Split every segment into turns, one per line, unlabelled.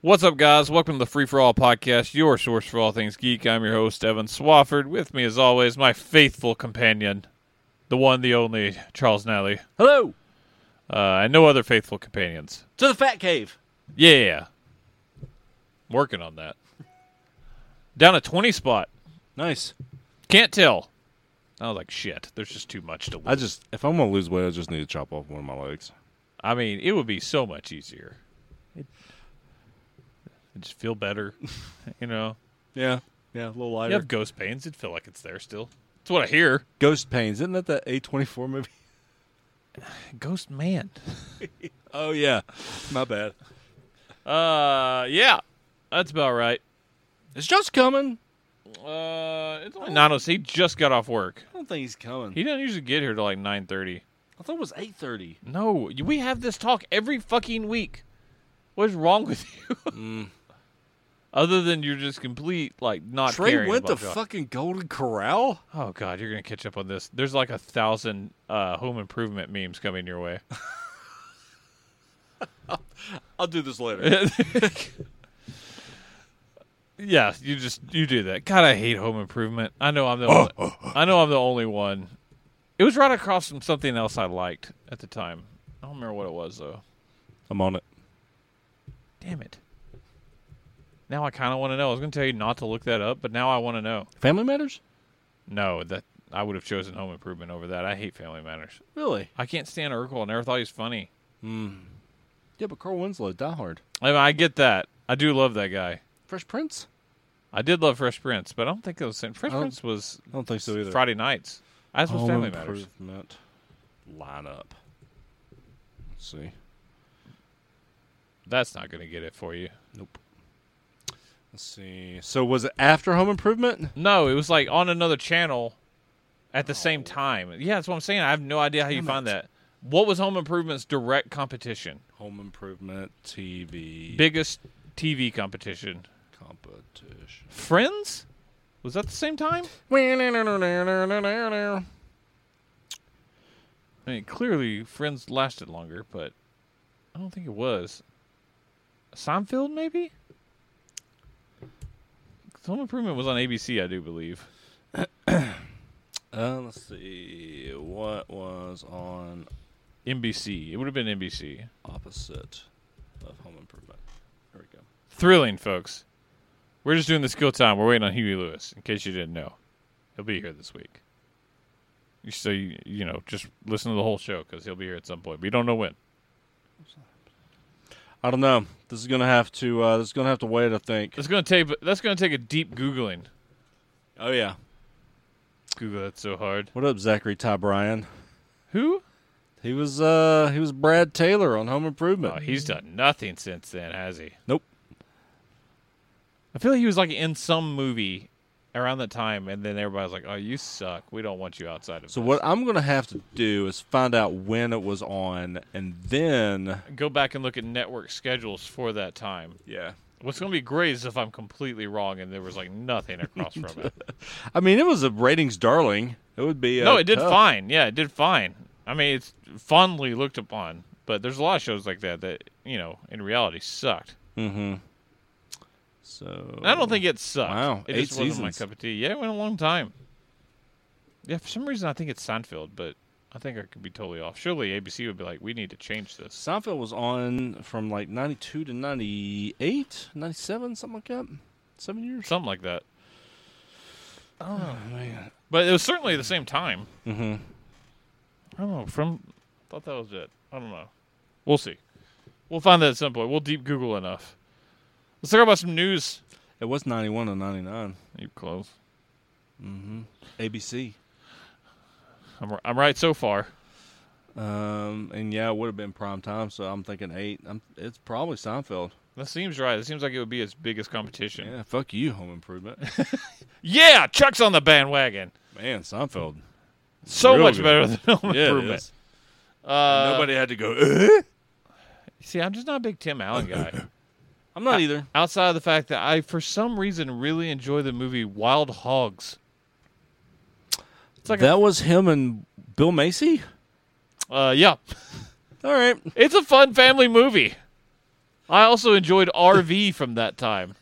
What's up, guys? Welcome to the Free For All podcast, your source for all things geek. I'm your host, Evan Swafford. With me, as always, my faithful companion, the one, the only, Charles Nally,
Hello
uh, and no other faithful companions.
to the Fat Cave.
Yeah. Working on that. Down a 20 spot.
Nice.
Can't tell. I was like, shit, there's just too much to lose.
I just, if I'm gonna lose weight, I just need to chop off one of my legs.
I mean, it would be so much easier. It'd just feel better, you know.
Yeah.
Yeah, a little
You
lighter.
have ghost pains. It'd feel like it's there still. That's what I hear.
Ghost Pains, isn't that that A24 movie?
Ghost man.
Oh yeah, my bad.
Uh, yeah, that's about right.
It's just coming.
Uh, it's only nine oh. He just got off work.
I don't think he's coming.
He doesn't usually get here till like nine thirty.
I thought it was eight thirty.
No, you- we have this talk every fucking week. What is wrong with you? Other than you're just complete like not
Trey
caring
went to
about Josh.
fucking Golden Corral.
Oh god, you're gonna catch up on this. There's like a thousand uh, home improvement memes coming your way.
I'll do this later.
yeah, you just you do that. God, I hate home improvement. I know I'm the only, I know I'm the only one. It was right across from something else I liked at the time. I don't remember what it was though.
I'm on it.
Damn it. Now I kind of want to know. I was going to tell you not to look that up, but now I want to know.
Family Matters.
No, that I would have chosen Home Improvement over that. I hate Family Matters.
Really?
I can't stand Urkel. I never thought he was funny.
Yeah, but Carl Winslow, Die Hard,
I mean, I get that. I do love that guy.
Fresh Prince.
I did love Fresh Prince, but I don't think it was Fresh
I don't-
Prince was
I don't think so either.
Friday nights. That's what
Home
Family Matters.
Improvement lineup. Let's see.
That's not going to get it for you.
Nope. Let's see. So was it after Home Improvement?
No, it was like on another channel at the same time. Yeah, that's what I'm saying. I have no idea how you find that. What was Home Improvement's direct competition?
Home Improvement TV
Biggest TV competition.
competition.
Friends? Was that the same time?
Friends
I mean, clearly Friends lasted longer, but I don't think it was. Seinfeld, maybe? Home Improvement was on ABC, I do believe.
Uh, let's see. What was on
NBC. It would have been NBC.
opposite of Home Improvement? There we go.
Thrilling, folks. We're just doing the skill time. We're waiting on Huey Lewis, in case you didn't know. He'll be here this week. You- So, you, you know, just listen to the whole show because he'll be here at some point. But you don't know when.
I don't know. This is gonna have to. Uh, this is gonna have to wait. I think.
That's going to take That's gonna take a deep Googling.
Oh yeah.
Google that so hard.
What up, Zachary Ty Bryan?
Who?
He was. Uh, he was Brad Taylor on Home Improvement.
Oh, he's done nothing since then, has he?
Nope.
I feel like he was like in some movie around that time, and then everybody's like, "Oh, you suck. We don't want you outside of."
So
this."
what I'm gonna have to do is find out when it was on, and then
Go back and look at network schedules for that time.
yeah.
What's going to be great is if I'm completely wrong and there was like nothing across from it.
I mean, it was a ratings darling. It would be. Uh,
no, it did
tough.
fine. Yeah, it did fine. I mean, it's fondly looked upon, but there's a lot of shows like that that, you know, in reality sucked.
So
And I don't think it sucked.
Wow,
It just
eight
wasn't my
seasons.
cup of tea. Yeah, it went a long time. Yeah, for some reason I think it's Seinfeld, but I think I could be totally off. Surely ABC would be like, we need to change this.
Seinfeld was on from like 92 to 98, 97, something like that. Seven years.
Something like that.
Oh, man.
But it was certainly the same time. Mm-hmm. I don't know. From I thought that was it. I don't know. We'll see. We'll find that at some point. We'll deep Google enough. Let's talk about some news.
It was 91 to 99.
You close.
ABC.
I'm r- I'm right so far.
Um, and yeah, it would have been prime time, so I'm thinking eight. I'm, it's probably Seinfeld.
That seems right. It seems like it would be its biggest competition.
Yeah, fuck you, Home Improvement.
Yeah, Chuck's on the bandwagon.
man, Seinfeld.
So
Real
much
good.
better than Home
Yeah, it
Improvement.
is.
Uh,
Nobody had to go. "Eh?"
see, I'm just not a big Tim Allen guy.
I'm not either.
Outside of the fact that I, for some reason, really enjoy the movie Wild Hogs. It's like a-
That was him and Bill Macy.
uh, yeah.
All right.
It's a fun family movie. I also enjoyed RV from that time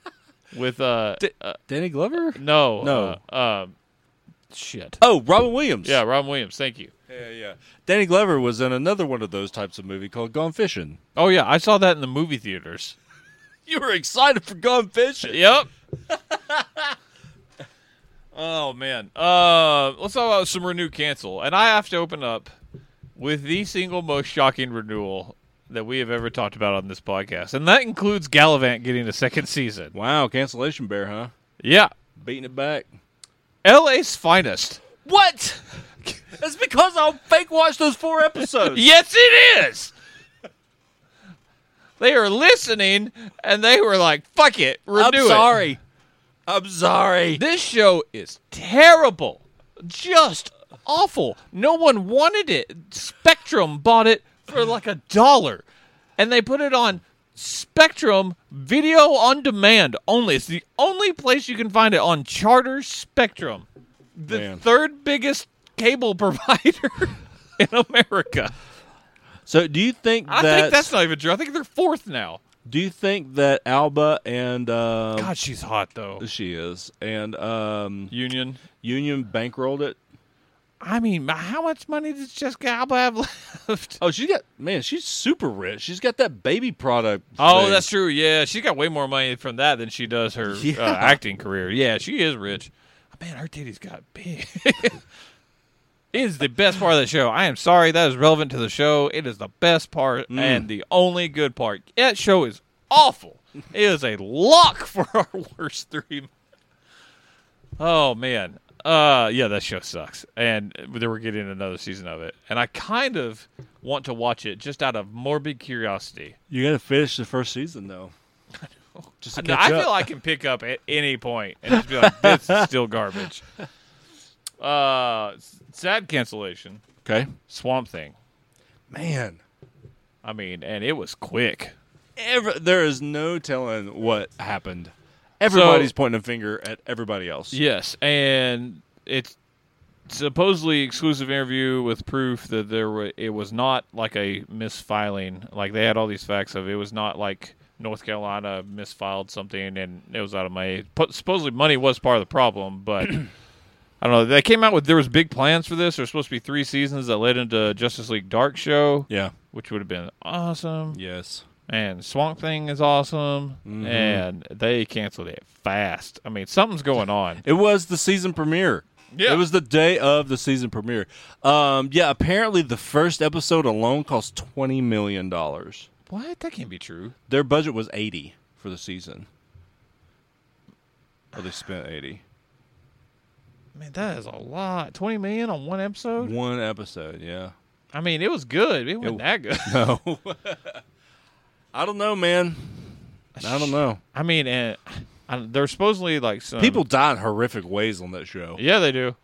with uh,
D-
uh
Danny Glover?
no
No.
uh, um shit.
Oh, Robin Williams.
Yeah, Robin Williams. Thank you.
Yeah, yeah. Danny Glover was in another one of those types of movie called Gone Fishing.
Oh yeah, I saw that in the movie theaters.
You were excited for Gone Fishing.
Yep. oh man. Uh, let's talk about some renew cancel, and I have to open up with the single most shocking renewal that we have ever talked about on this podcast, and that includes Gallivant getting a second season.
Wow, cancellation bear, huh?
Yeah,
Beating it back.
LA's finest.
What? It's because I'll fake watch those four episodes.
Yes, it is. They are listening, and they were like, "Fuck it, renew
I'm
it."
sorry. I'm sorry.
This show is terrible. Just awful. No one wanted it. Spectrum bought it for like a dollar. And they put it on Spectrum Video on Demand only. It's the only place you can find it on Charter Spectrum, the
Man.
third biggest cable provider in America.
So, do you think
I
that
think that's not even true. I think they're fourth now.
do you think that Alba and um,
God, she's hot though.
she is and um,
Union.
Union bankrolled it?
I mean, how much money does Jessica Alba have left?
Oh, she got man, she's super rich. She's got that baby product.
Oh,
thing.
that's true. Yeah, she got way more money from that than she does her
Yeah.
uh, acting career. Yeah, she is rich. Oh, Man, her titties got big. it is the best part of the show. I am sorry that is relevant to the show. It is the best part and the only good part. That show is awful. it is a lock for our worst three. Oh man. Uh yeah, that show sucks. And they were getting another season of it. And I kind of want to watch it just out of morbid curiosity.
You got to finish the first season though. Just to
No,
catch
I feel
up.
I can pick up at any point and just be like, this is still garbage. Uh, s- sad cancellation.
okay,
Swamp Thing.
man.
I mean, and it was quick.
Every, there is no telling what happened. Everybody's pointing a finger at everybody else.
Yes, and it's supposedly exclusive interview with proof that there were, it was not like a misfiling. Like they had all these facts of it was not like North Carolina misfiled something and it was out of money. Po- supposedly money was part of the problem, but I don't know. They came out with there was big plans for this. There's supposed to be three seasons that led into Justice League Dark show,
Yeah.
which would have been awesome.
Yes.
And Swamp Thing is awesome, and they canceled it fast. I mean, something's going on.
It was the season premiere.
Yeah.
It was the day of the season premiere. Um, yeah, apparently the first episode alone cost twenty million dollars.
What? That can't be true.
Their budget was eighty for the season. Or they spent eighty.
Man, that is a lot. Twenty million on one episode.
One episode, yeah.
I mean, it was good. It wasn't that
It-
good.
No. I don't know, man. I don't know.
I mean, and I, they're supposedly like some
People die in horrific ways on that show.
Yeah, they do.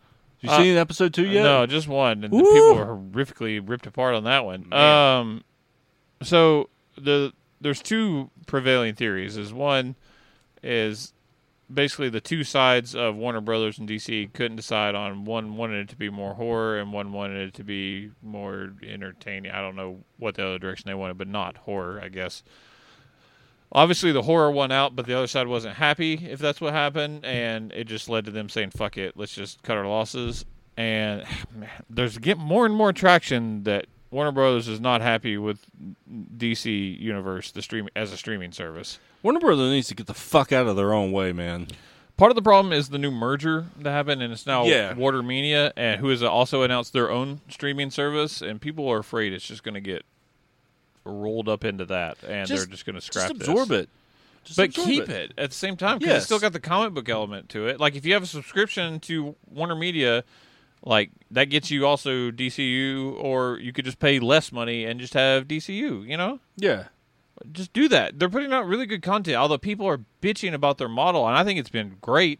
You
Uh,
seen episode two yet?
No, just one, and the
Woo!
people were horrifically ripped apart on that one.
Man.
Um, so the there's two prevailing theories. Is one is basically the two sides of Warner Brothers and DC couldn't decide on one wanted it to be more horror and one wanted it to be more entertaining. I don't know what the other direction they wanted, but not horror, I guess. Obviously, the horror won out, but the other side wasn't happy if that's what happened, and it just led to them saying, "Fuck it, let's just cut our losses." And man, there's getting more and more traction that Warner Brothers is not happy with DC Universe, the stream as a streaming service.
Warner Brothers needs to get the fuck out of their own way, man.
Part of the problem is the new merger that happened, and it's now
Yeah.
WaterMedia, and who has also announced their own streaming service, and people are afraid it's just going to get rolled up into that, and
Just-
they're just going to scrap
Just
this.
absorb it. Just
but
absorb
keep it. at the same time because it's
Yes.
still got the comic book element to it. Like if you have a subscription to Warner Media, like that gets you also DCU, or you could just pay less money and just have DCU. You know,
Yeah.
just do that. They're putting out really good content, although people are bitching about their model, and I think it's been great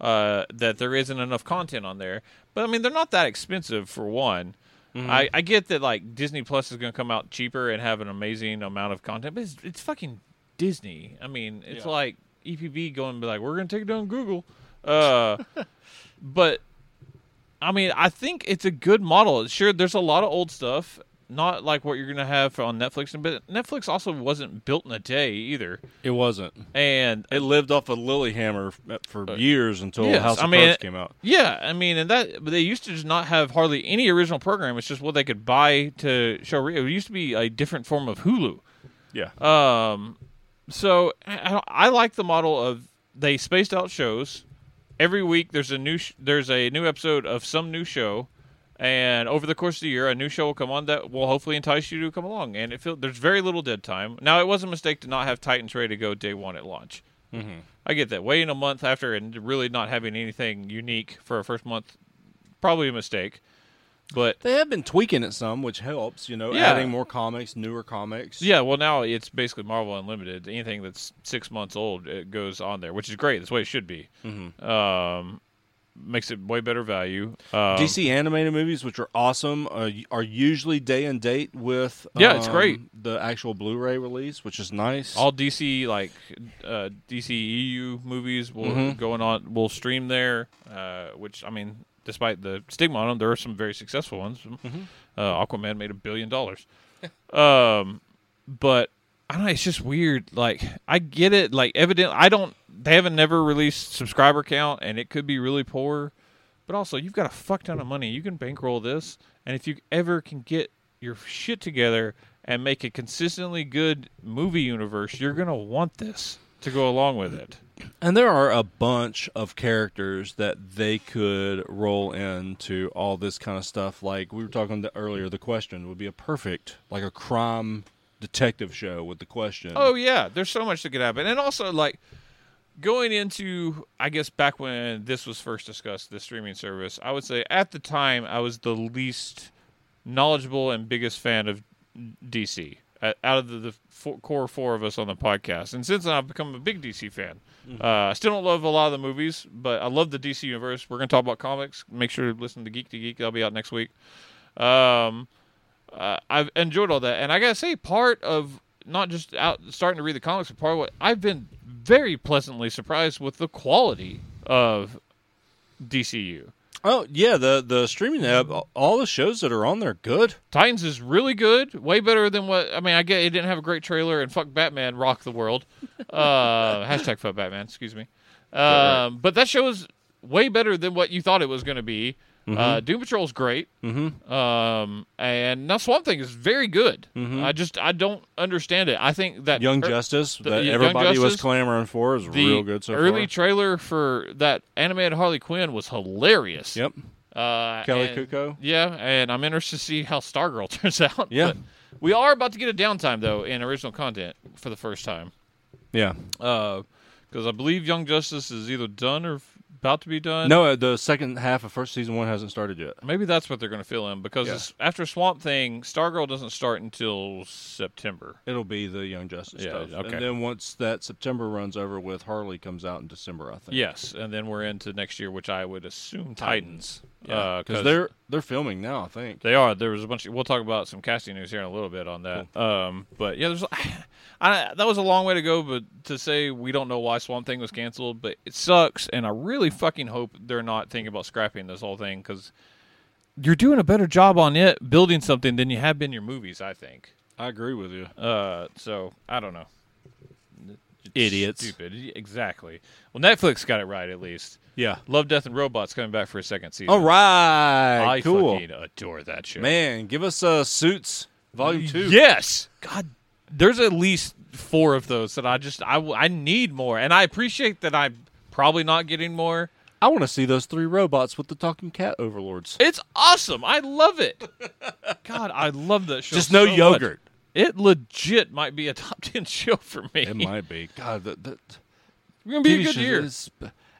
uh, that there isn't enough content on there. But I mean, they're not that expensive for one. I, I get that like Disney Plus is going to come out cheaper and have an amazing amount of content, but it's, it's fucking Disney. I mean, it's
Yeah.
like EPB going to be like, we're going to take it down Google. Uh, but I mean, I think it's a good model. Sure, there's a lot of old stuff not like what you're gonna have on Netflix. But Netflix also wasn't built in a day either,
It wasn't.
and
It lived off of Lilyhammer f- for years until
yes,
House
I
of
mean,
Cards
it-
came out.
Yeah, I mean, and that but they used to just not have hardly any original program. It's just what they could buy to show. re- It used to be a different form of Hulu.
Yeah.
Um, so I, I like the model of they spaced out shows. Every week there's a new sh- there's a new episode of some new show, and over the course of the year, a new show will come on that will hopefully entice you to come along. And it feel, there's very little dead time. Now it was a mistake to not have Titans ready to go day one at launch. I get that. Waiting a month after and really not having anything unique for a first month, probably a mistake. But
They have been tweaking it some, which helps, you know,
Yeah.
adding more comics, newer comics.
Yeah, well, now it's basically Marvel Unlimited. Anything that's six months old it goes on there, which is great. That's the way it should be. Um, makes it way better value. Um,
DC animated movies, which are awesome, are, are usually day and date with
Yeah, it's
um,
great.
The actual Blu-ray release, which is nice.
all DC like uh, DC EU movies will going on will stream there. Uh, which I mean, despite the stigma on them, there are some very successful ones. Uh, Aquaman made a billion dollars. um, but I don't know. It's just weird. Like I get it. Like evidently, I don't. They haven't never released subscriber count, and it could be really poor. But also, you've got a fuck ton of money. You can bankroll this, and if you ever can get your shit together and make a consistently good movie universe, you're gonna want this to go along with it.
and there are a bunch of characters that they could roll into all this kind of stuff. Like we were talking the, earlier, the question would be a perfect, like a crime detective show with the question.
Oh yeah, there's so much that could happen, and also like going into I guess back when this was first discussed, the streaming service. I would say at the time I was the least knowledgeable and biggest fan of DC uh, out of the, the four, core four of us on the podcast, and since then I've become a big DC fan. Uh, I still don't love a lot of the movies, but I love the DC universe. We're gonna talk about comics. Make sure to listen to Geek to Geek. That'll be out next week. Um, uh, I've enjoyed all that, and I gotta say, part of not just out starting to read the comics, but part of what I've been very pleasantly surprised with the quality of DCU.
Oh yeah, the the streaming app, all the shows that are on there, good.
Titans is really good, way better than what I mean. I get it didn't have a great trailer, and fuck Batman, rock the world. Uh, hashtag fuck Batman, excuse me. Um, but that show is way better than what you thought it was going to be.
Mm-hmm.
Uh, Doom Patrol's great, mm-hmm. um, and now Swamp Thing is very good. I just I don't understand it. I think that
Mm-hmm. Young
er-
Justice
the-
that
Young
everybody was
Justice,
clamoring for is
the
real good so
early
far.
trailer for that animated Harley Quinn was hilarious.
yep,
Uh,
Kelly
and-
Kuko.
Yeah, and I'm interested to see how Stargirl turns out.
Yeah.
But we are about to get a downtime though in original content for the first time,
yeah.
because I believe Young Justice is either done or f- about to be done.
No, uh, the second half of first season one hasn't started yet.
Maybe that's what they're going to fill in because
Yeah.
it's, after Swamp Thing, Stargirl doesn't start until September.
It'll be the Young Justice
Yeah,
stuff,
okay.
and then once that September runs over with, Harley comes out in December, I think.
Yes, and then we're into next year, which I would assume Titans, Uh,
because
because
they're they're filming now, I think.
They are. There was a bunch. Of, we'll talk about some casting news here in a little bit on that. Um, but yeah, there's. I, that was a long way to go, but to say we don't know why Swamp Thing was canceled, but it sucks, and I really fucking hope they're not thinking about scrapping this whole thing because you're doing a better job on it building something than you have been your movies. I think.
I agree with you.
Uh, so I don't know. It's
Idiots.
Stupid. Exactly. Well, Netflix got it right at least.
Yeah.
Love, Death, and Robots coming back for a second season.
All right.
I
cool.
fucking adore that show.
Man, give us uh, Suits Volume Two.
Yes. God, there's at least four of those that I just I w- I need more, and I appreciate that I'm probably not getting more.
I want to see those three robots with the talking cat overlords.
It's awesome. I love it. God, I love that show.
Just no
so much.
yogurt.
It legit might be a top ten show for me.
It might be. God, that, that
It's gonna be
TV
a good
shows
year.
is-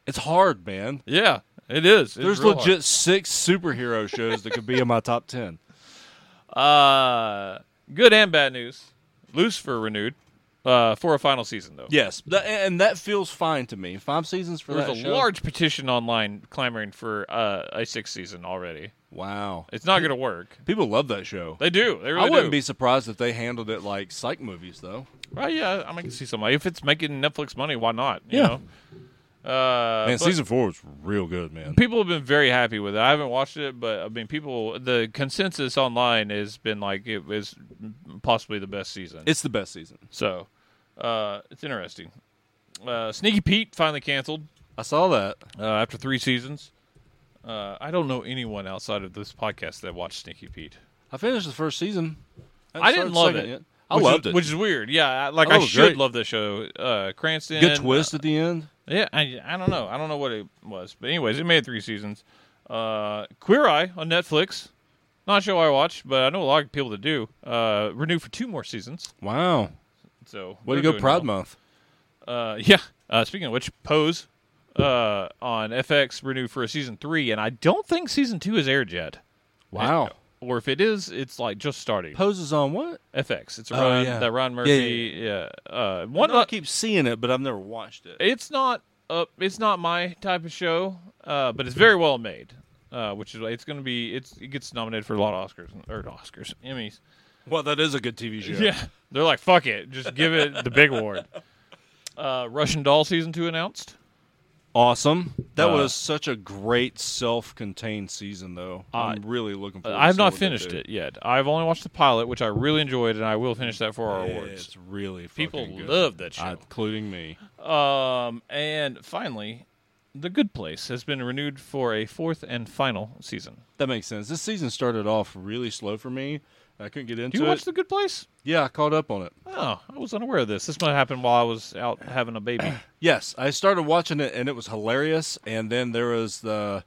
it's hard, man.
Yeah, it is. It's
There's
real hard.
legit six superhero shows that could be in my top ten.
Uh, good and bad news. Lucifer renewed uh, for a final season though.
Yes, that, and that feels fine to me. Five seasons for
There's
that
a
show?
large petition online clamoring for uh, a sixth season already.
Wow,
It's not going to work.
people love that show.
They do. They really
I wouldn't
do.
be surprised if they handled it like psych movies, though.
Right, yeah, I mean, I can see somebody. If it's making Netflix money, why not? You
Yeah.
know? Uh,
man,
but
season four was real good, man.
people have been very happy with it. I haven't watched it, but I mean, people. The consensus online has been like it was possibly the best season.
It's the best season.
so uh, it's interesting. Uh, Sneaky Pete finally canceled
I saw that.
uh, after three seasons. Uh, I don't know anyone outside of this podcast that watched Sneaky Pete.
I finished the first season.
I didn't
started
love
second
it.
yet. I
which
loved
is,
it.
which is weird. Yeah, I, like
thought
I,
it was
should
great.
love the show. Uh, Cranston,
good twist at the end.
Yeah, I, I don't know. I don't know what it was. But anyways, it made it three seasons. Uh, Queer Eye on Netflix. Not a show I watch, but I know a lot of people that do. Uh, renewed for two more seasons.
Wow,
So
way to
they're
go,
doing
Pride
well.
Month.
Uh, yeah. Uh, speaking of which, Pose uh, on FX renewed for a season three, and I don't think season two has aired yet.
Wow,
Or if it is, it's like just starting.
poses on what?
FX. It's
Oh,
Ron,
yeah.
that Ron
Yeah,
Murphy.
yeah,
Yeah. Uh,
I
one.
know I
uh,
keep seeing it, but I've never watched it.
it's not uh, it's not my type of show, uh, but it's very well made. Uh, which is why it's going to be it's it gets nominated for a lot of Oscars or Oscars Emmys.
Well, that is a good TV show.
they're like fuck it, just give it the big award. Uh, Russian Doll season two announced.
awesome. That
Uh,
was such a great self-contained season, though.
I-
I'm really looking forward. to
I've
seeing
not
Oh, what they
finished
do.
it yet. I've only watched the pilot, which I really enjoyed, and I will finish that for our
Yeah,
awards.
It's really
People
fucking good.
love that show.
I- including me.
Um, and finally, The Good Place has been renewed for a fourth and final season.
That makes sense. This season started off really slow for me. I couldn't get into
Do you
it.
watch The Good Place?
yeah, I caught up on it.
Oh, I was unaware of this. This might happen while I was out having a baby.
Yes, I started watching it and it was hilarious. And then there was the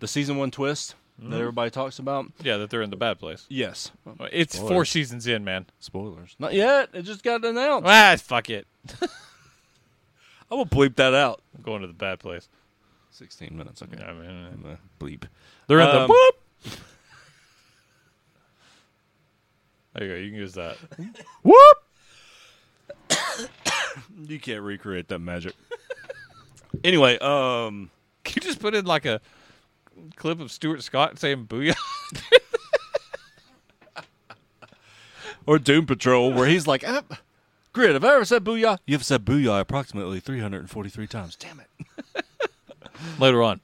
the season one twist that everybody talks about.
yeah, that they're in the bad place.
Yes,
It's
Spoilers.
four seasons in, man.
spoilers. Not yet. It just got announced.
Ah, fuck it.
I will bleep that out.
I'm going to the bad place.
Sixteen minutes. Okay.
I mean,
Uh, Bleep.
they're in the
Um,
whoop. There you go. You can use that.
Whoop. you can't recreate that magic. anyway, um,
Can you just put in like a clip of Stuart Scott saying "booyah"?
or Doom Patrol, where he's like, ah, "Grid, have I ever said booyah? You've said booyah approximately 343 times. Damn it."
later on?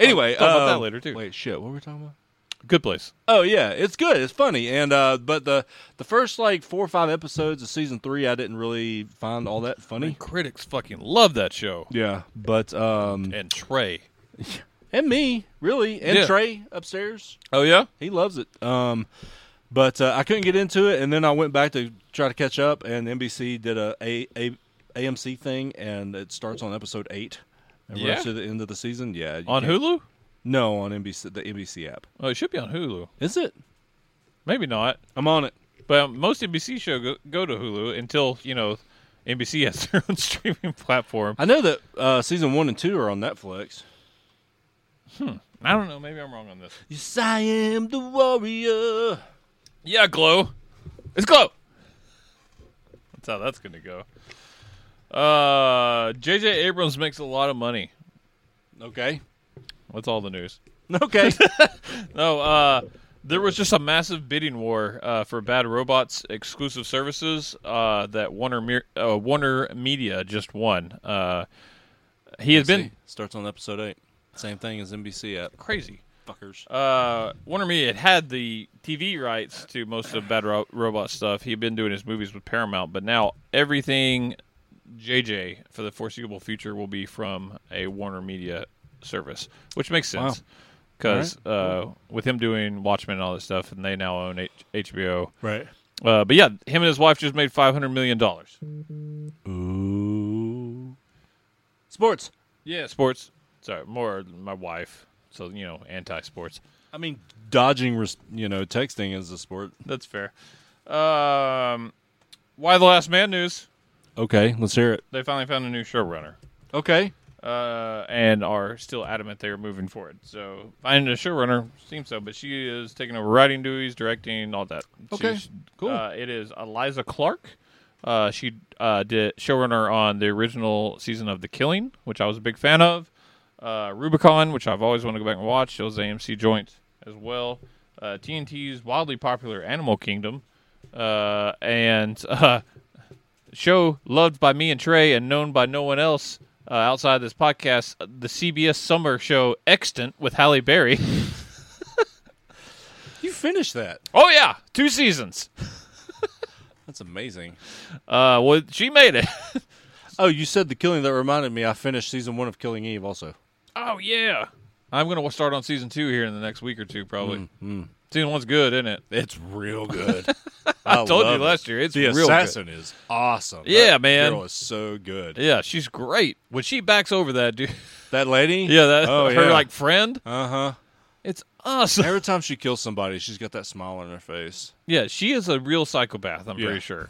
Anyway,
Talk about that
um,
later, too.
Wait, shit. What were we talking about?
Good place.
Oh yeah, it's good. It's funny, and uh, but the the first like four or five episodes of season three, I didn't really find all that funny.
Critics fucking love that show.
Yeah, but um,
And Trey.
and me really, and
Yeah.
Trey upstairs,
Oh yeah.
he loves it. Um, but uh, I couldn't get into it, and then I went back to try to catch up, and NBC did a, a, a AMC thing, and it starts on episode eight, and
Yeah.
runs to the end of the season. Yeah, you
On
can't-
Hulu?
No, on NBC the NBC app.
Oh, it should be on Hulu.
Is it?
Maybe not.
I'm on it.
But um, most NBC show go, go to Hulu until you know NBC has their own streaming platform.
I know that uh, season one and two are on Netflix.
I don't know. Maybe I'm wrong on this.
Yes, I am the warrior.
Yeah, Glow. It's Glow. That's how that's gonna go. Uh, JJ Abrams makes a lot of money.
Okay.
That's all the news.
Okay.
No, uh, there was just a massive bidding war uh, for Bad Robots exclusive services uh, that Warner Mer- uh, Warner Media just won. Uh, he has been
starts on episode eight. Same thing as NBC app.
crazy.
Fuckers.
uh, Warner Media had had the TV rights to most of Bad Ro- Robot stuff. He had been doing his movies with Paramount, but now everything JJ for the foreseeable future will be from a Warner Media service, which makes
Wow.
sense because uh, with him doing Watchmen and all that stuff, and they now own H- HBO.
Right.
Uh, but yeah, him and his wife just made five hundred million dollars.
Ooh. Sports.
Yeah, sports. Sorry, more my wife. So you know, anti-sports.
I mean, dodging, res- you know, texting is a sport.
That's fair. Um, why the last man news?
Okay, let's hear it.
they finally found a new showrunner
Okay.
uh, and are still adamant they're moving forward. So finding a showrunner seems so, but she is taking over writing duties, directing, all that.
Okay,
She's-
cool.
Uh, it is Eliza Clark. Uh, she uh, did showrunner on the original season of The Killing, which I was a big fan of. Uh, Rubicon, which I've always wanted to go back and watch. Those AMC joint as well. Uh, TNT's wildly popular Animal Kingdom. Uh, and uh, show loved by me and Trey and known by no one else, uh, outside this podcast, the CBS summer show Extant with Halle Berry.
You finished that.
oh yeah, two seasons.
That's amazing.
Uh, well, she made it.
Oh, you said the killing that reminded me. I finished season one of Killing Eve also.
oh yeah, I'm gonna start on season two here in the next week or two probably.
Mm,
Season one's good, isn't it?
It's real good.
I, told you
love it.
last year it's
the
real good.
assassin is awesome.
Yeah,
That
man.
girl is so good.
Yeah, she's great. When she backs over that dude,
That lady.
yeah, that
Oh,
her
yeah.
like friend,
Uh huh.
it's awesome.
Every time she kills somebody, she's got that smile on her face.
Yeah, she is a real psychopath. I'm
Yeah.
pretty sure.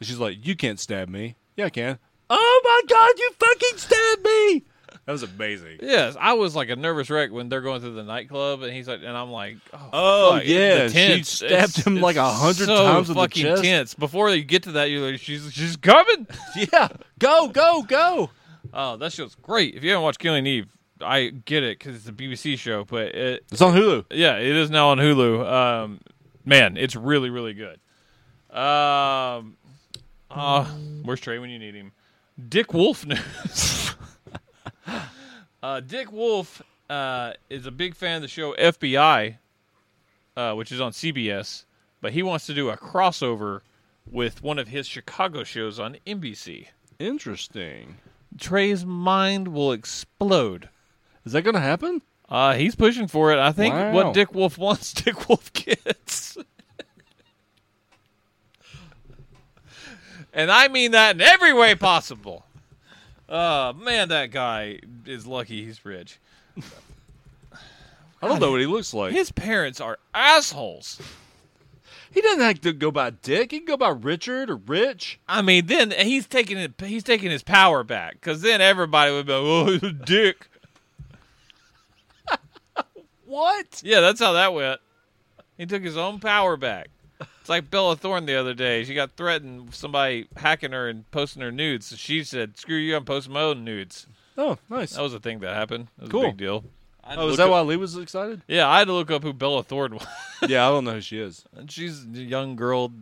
She's like, "You can't stab me." Yeah, I can. Oh my god, you fucking stabbed me! That was amazing.
Yes, I was like a nervous wreck when they're going through the nightclub, and he's like, and I'm like, oh,
Oh
fuck,
yeah,
the
she
tense.
stabbed
It's-
him like
it's
a hundred
so
times in the
fucking
chest.
tense. Before you get to that, you're like, she's she's coming.
Yeah, go, go, go.
oh, that show's great. If you haven't watched Killing Eve, I get it because it's a BBC show, but it,
It's on Hulu.
yeah, it is now on Hulu. Um, man, it's really really good. Um, uh, where's Trey when you need him? Dick Wolf news. uh, Dick Wolf uh, is a big fan of the show FBI, uh, which is on CBS, but he wants to do a crossover with one of his Chicago shows on NBC.
Interesting.
Trey's mind will explode.
Is that going to happen?
Uh, he's pushing for it. I think
Wow.
what Dick Wolf wants, Dick Wolf gets. and I mean that in every way possible. Uh, man, that guy is lucky he's rich.
I don't know what he looks like.
His parents are assholes.
He doesn't have to go by Dick. He can go by Richard or Rich.
I mean, then he's taking it, he's taking his power back because then everybody would be like, oh, Dick.
What?
Yeah, that's how that went. He took his own power back. It's like Bella Thorne the other day. She got threatened with somebody hacking her and posting her nudes. So she said, "Screw you! I'm posting my own nudes."
Oh, nice.
That was a thing that happened. That was
Cool.
a big deal. I had to
Oh, is
look
that
up-
why Lee was excited?
Yeah, I had to look up who Bella Thorne was.
yeah, I don't know who she is.
She's a young girl.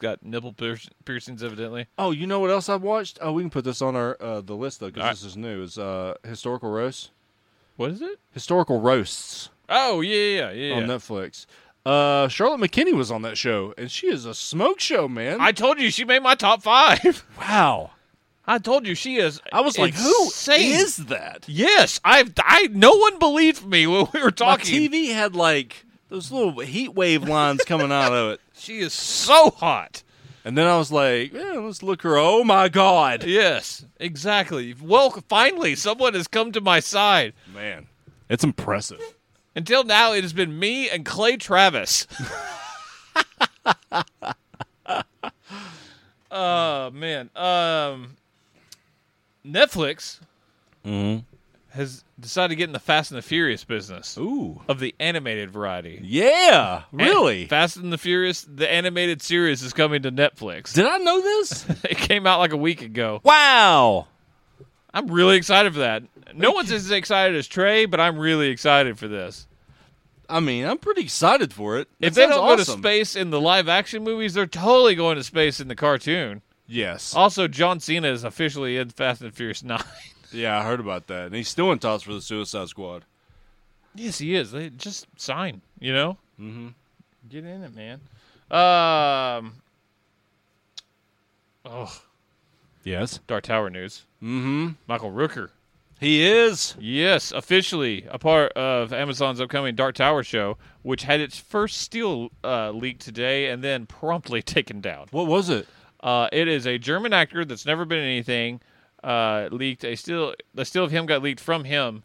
Got nipple pierc- piercings, evidently.
Oh, you know what else I've watched? Oh, we can put this on our uh, the list though because
All right.
this is new. Is uh, historical roasts?
What is it?
Historical roasts
Oh yeah, yeah, yeah.
on
yeah.
Netflix. Uh, Charlotte McKinney was on that show, and she is a smoke show man.
I told you she made my top five.
wow.
I told you she is.
I was like,
insane.
who is that?
Yes, I've. I. No one believed me when we were
My
talking.
TV had like those little heat wave lines coming out of it.
She is so hot.
And then I was like, yeah, let's look her. Oh my god,
Yes, exactly. Well, finally, someone has come to my side.
man, it's impressive.
Until now, it has been me and Clay Travis. uh man. Um, Netflix
Mm-hmm.
has decided to get in the Fast and the Furious business
Ooh,
of the animated variety.
yeah, really.
An- Fast and the Furious, the animated series is coming to Netflix.
Did I know this?
it came out like a week ago.
wow.
I'm really excited for that. No one's as excited as Trey, but I'm really excited for this.
I mean, I'm pretty excited for it. That
if they
sounds
don't go to
awesome.
space in the live action movies, they're totally going to space in the cartoon.
yes.
Also, John Cena is officially in Fast and Furious 9.
Yeah, I heard about that. And he's still in talks for the Suicide Squad.
yes, he is. They just sign, you know? Mm-hmm. Get in it, man. Um, oh,
Yes.
Dark Tower news.
Mm-hmm.
Michael Rooker.
He is.
Yes, officially a part of Amazon's upcoming Dark Tower show, which had its first steel uh, leak today and then promptly taken down.
What was it?
Uh, it is a German actor that's never been in anything uh, leaked. A still, the still of him got leaked from him.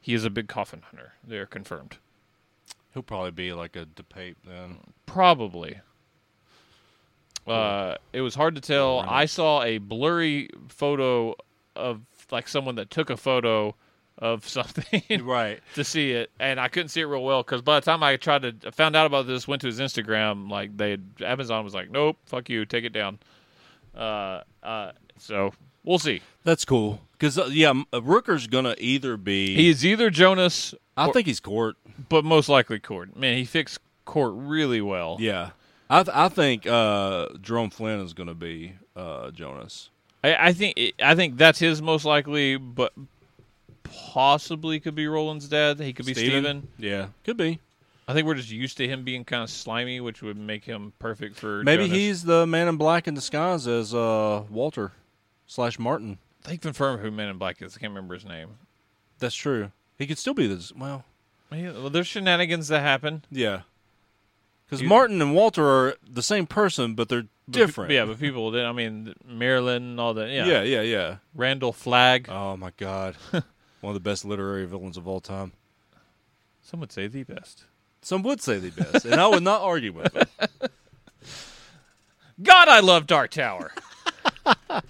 He is a big coffin hunter. They're confirmed,
He'll probably be like a DePape then.
probably. Uh, it was hard to tell. I saw a blurry photo of like someone that took a photo of something.
Right.
to see it, and I couldn't see it real well because by the time I tried to I found out about this, went to his Instagram, like they Amazon was like, "Nope, fuck you, take it down." Uh, uh, so we'll see.
That's cool. Because, uh, yeah, M- uh, Rooker's going to either be.
He is either Jonas,
I think he's court.
but most likely Court. Man, he fixed Court really well.
Yeah. I, th- I think uh, Jerome Flynn is going to be uh, Jonas.
I, I think I think that's his most likely, but possibly could be Roland's dad. He could be Steven.
Yeah, could be.
I think we're just used to him being kind of slimy, which would make him perfect for
Maybe
Jonas.
he's the man in black in disguise as uh, Walter slash Martin.
They confirm who Men in Black is. I can't remember his name.
That's true. He could still be this. Well,
Yeah, Well, there's shenanigans that happen.
yeah, because
You-
Martin and Walter are the same person, but they're
But pe-
different.
yeah, but people did. I mean, Marilyn, and all that. Yeah.
yeah, yeah, yeah.
Randall Flagg.
Oh my God, one of the best literary villains of all time.
Some would say the best.
Some would say the best, and I would not argue with it.
God, I love Dark Tower. Oh,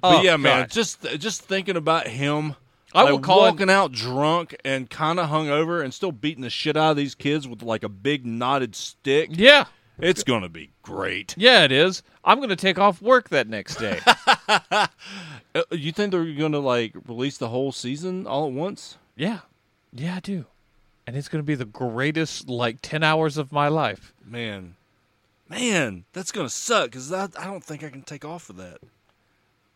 but yeah, man,
God.
just just thinking about him.
I
like,
will call in-
walking out drunk and kind of hungover and still beating the shit out of these kids with like a big knotted stick.
Yeah.
It's gonna be great.
Yeah, it is. I'm going to take off work that next day.
Uh, you think they're gonna like release the whole season all at once?
yeah. Yeah, I do. And it's going to be the greatest, like, 10 hours of my life.
Man, man, that's gonna suck because I, I don't think I can take off of that.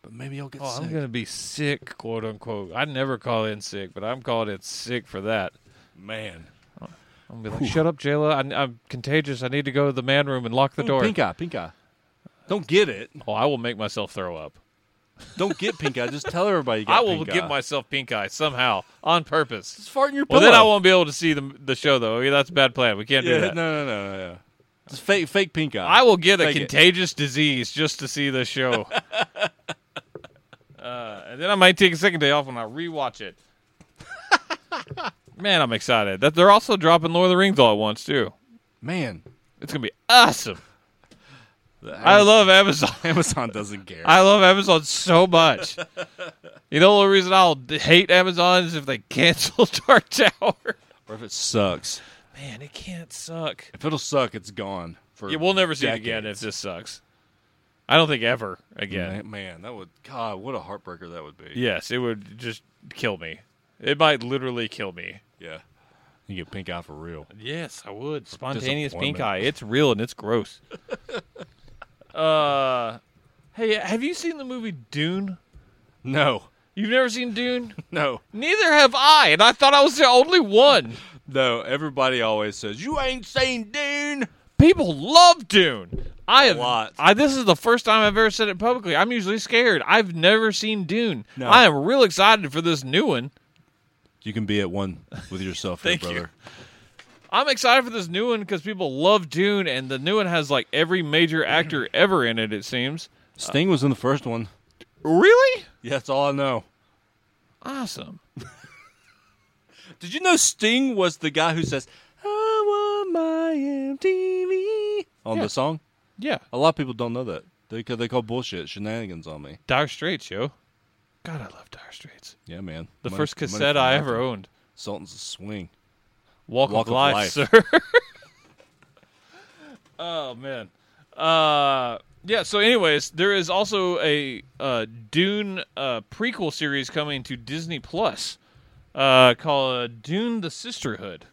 But maybe I'll get
Oh, I'm
sick.
going to be sick, quote unquote. I never call in sick, but I'm calling in sick for that.
Man,
I'm going to be like, shut up, Jayla. I'm, I'm contagious. I need to go to the man room and lock the door.
Oh, pink eye, pink eye. Don't get it.
Oh, I will make myself throw up.
Don't get pink eye. Just tell everybody. You got
I will
pink
give
eye.
myself pink eye somehow on purpose.
Just fart in your
Well,
pillow.
then I won't be able to see the the show though. Yeah, That's a bad plan. We can't
Yeah,
do
no,
that.
no, no, no, no. Just fake, fake pink eye.
I will get a
Fake it.
contagious disease just to see the show. uh, and then I might take a second day off when I rewatch it. Man, I'm excited. That they're also dropping Lord of the Rings all at once too.
Man,
It's gonna be awesome.
the
I love Amazon.
Amazon doesn't care.
I love Amazon so much. You know, the only reason I'll d- hate Amazon is if they cancel Dark Tower.
or if it sucks,
Man, it can't suck.
if it'll suck, it's gone. For
Yeah, we'll never see it again if
decades.
this sucks. I don't think ever again.
Man, man, that would God, what a heartbreaker that would be.
Yes, it would just kill me. It might literally kill me.
Yeah. You get pink eye for real.
Yes, I would. Spontaneous pink
disappointment.
eye. It's real and it's gross. uh, hey, have you seen the movie Dune?
No.
You've never seen Dune?
No.
Neither have I, and I thought I was the only one.
No. Everybody always says, You ain't seen Dune.
People love Dune. I have.
lot.
I this is the first time I've ever said it publicly. I'm usually scared. I've never seen Dune.
No.
I am real excited for this new one.
You can be at one with yourself,
Thank
brother.
you. I'm excited for this new one because people love Dune, and the new one has like every major actor ever in it. It seems
Sting was in the first one.
really
Yeah, that's all I know.
awesome.
Did you know Sting was the guy who says, I want my MTV on
Yeah.
the song?
Yeah,
A lot of people don't know that. They, ca- they call bullshit shenanigans on me.
Dire Straits, yo. God, I love Dire Straits.
Yeah, man.
The
Money-
first
money
cassette
for
I
nothing.
ever owned.
Sultan's a swing.
Walk,
Walk
of,
of
life,
Life.
sir. oh man. Uh, yeah. So, anyways, there is also a uh, Dune uh, prequel series coming to Disney Plus uh, called uh, Dune: The Sisterhood.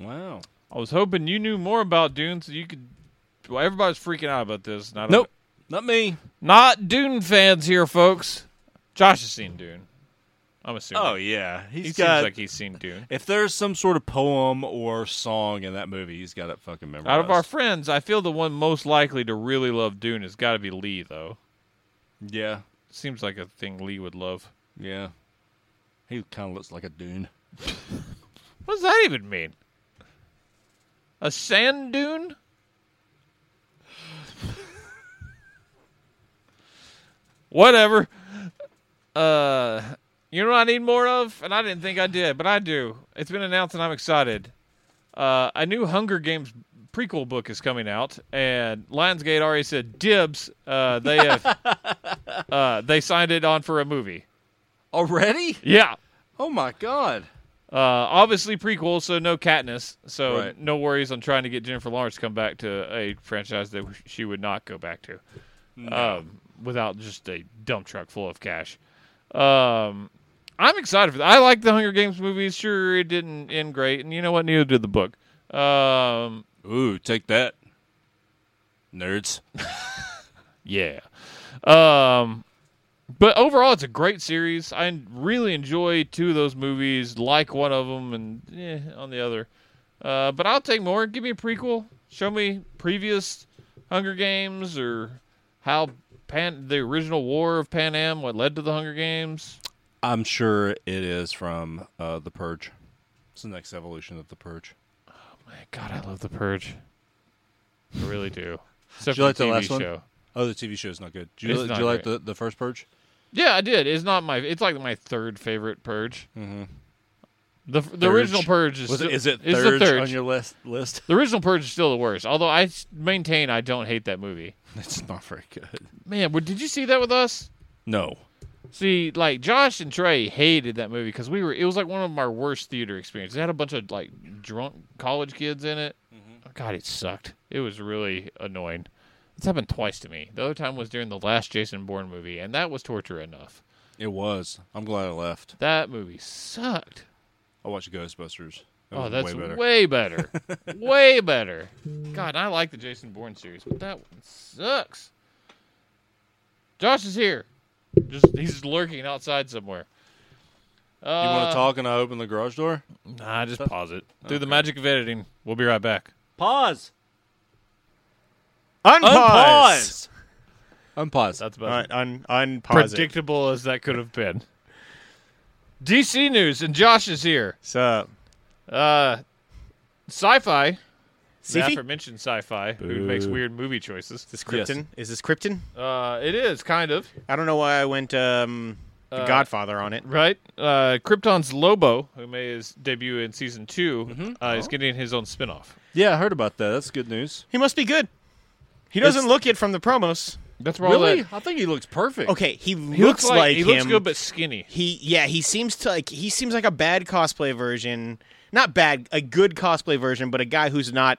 Wow.
I was hoping you knew more about Dune, so you could. Well, everybody's freaking out about this. and I don't-
Nope. Not me.
Not Dune fans here, folks. Josh has seen Dune. I'm assuming.
Oh yeah,
he
he's
seems
got.
like he's seen Dune.
if there's some sort of poem or song in that movie, he's got it fucking memorized.
Out of our friends, I feel the one most likely to really love Dune has got to be Lee, though.
yeah,
Seems like a thing Lee would love.
yeah, he kind of looks like a dune.
What does that even mean? A sand dune? Whatever. Uh, you know what I need more of? And I didn't think I did, but I do. It's been announced and I'm excited. Uh, a new Hunger Games prequel book is coming out, and Lionsgate already said dibs. Uh, they have uh, they signed it on for a movie.
Already?
Yeah.
Oh my god!
Uh, obviously prequel, so no Katniss, so
Right.
no worries on trying to get Jennifer Lawrence to come back to a franchise that she would not go back to, um, without just a dump truck full of cash. Um, I'm excited for that. I like the Hunger Games movies. Sure, it didn't end great, and you know what? Neither did the book. Um,
Ooh, take that, nerds.
yeah. Um, But overall, it's a great series. I really enjoy two of those movies, like one of them, and eh, on the other. Uh, but I'll take more. Give me a prequel. Show me previous Hunger Games or how Pan the original War of Pan Am what led to the Hunger Games.
I'm sure it is from uh, the Purge. It's the next evolution of the Purge.
Man, God, I love The Purge. I really do. Except
you like
for
the
the TV
last one?
show.
Oh, the TV show is not good. Do you,
It's
do
not
you like
great.
the, the first Purge?
Yeah, I did. It's not my. It's like my third favorite Purge.
Mhm.
The the
Third.
original Purge is
Was
still,
it, is it
is the
third
third.
on your list? list?
The original Purge is still the worst. Although I s- maintain I don't hate that movie.
It's not very good.
Man, well, did you see that with us?
No.
See, like Josh and Trey hated that movie because we were. It was like one of our worst theater experiences. It had a bunch of like drunk college kids in it.
Mm-hmm.
Oh, God, it sucked. It was really annoying. It's happened twice to me. The other time was during the last Jason Bourne movie, and that was torture enough.
It was. I'm glad I left.
That movie sucked.
I watched Ghostbusters. That
Oh,
was
that's way
way better.
better. way better. God, I like the Jason Bourne series, but that one sucks. Josh is here. Just he's lurking outside somewhere. Uh,
you want to talk and I open the garage door?
Nah, just pause it. Through the magic of editing, we'll be right back.
Pause.
Unpause. Unpause.
That's about
Un- un- unpause it.
predictable as that could have been. DC news and Josh is here.
Sup?
Uh, sci-fi. The
Sci-fi?
aforementioned sci-fi, who makes weird movie choices.
Is this Krypton? Is this Krypton?
Uh, it is kind of.
I don't know why I went um, The
Uh,
Godfather on it.
Right. Uh, Krypton's Lobo, who made his debut in season 2 uh, is getting his own spinoff.
Yeah, I heard about that. That's good news.
He must be good. He doesn't
It's-
look it from the promos.
That's where
Really?
all that.
I think he looks perfect.
Okay, he,
He looks, like, he
him.
looks good but skinny.
he yeah, he seems to like he seems like a bad cosplay version. Not bad, a good cosplay version, but a guy who's not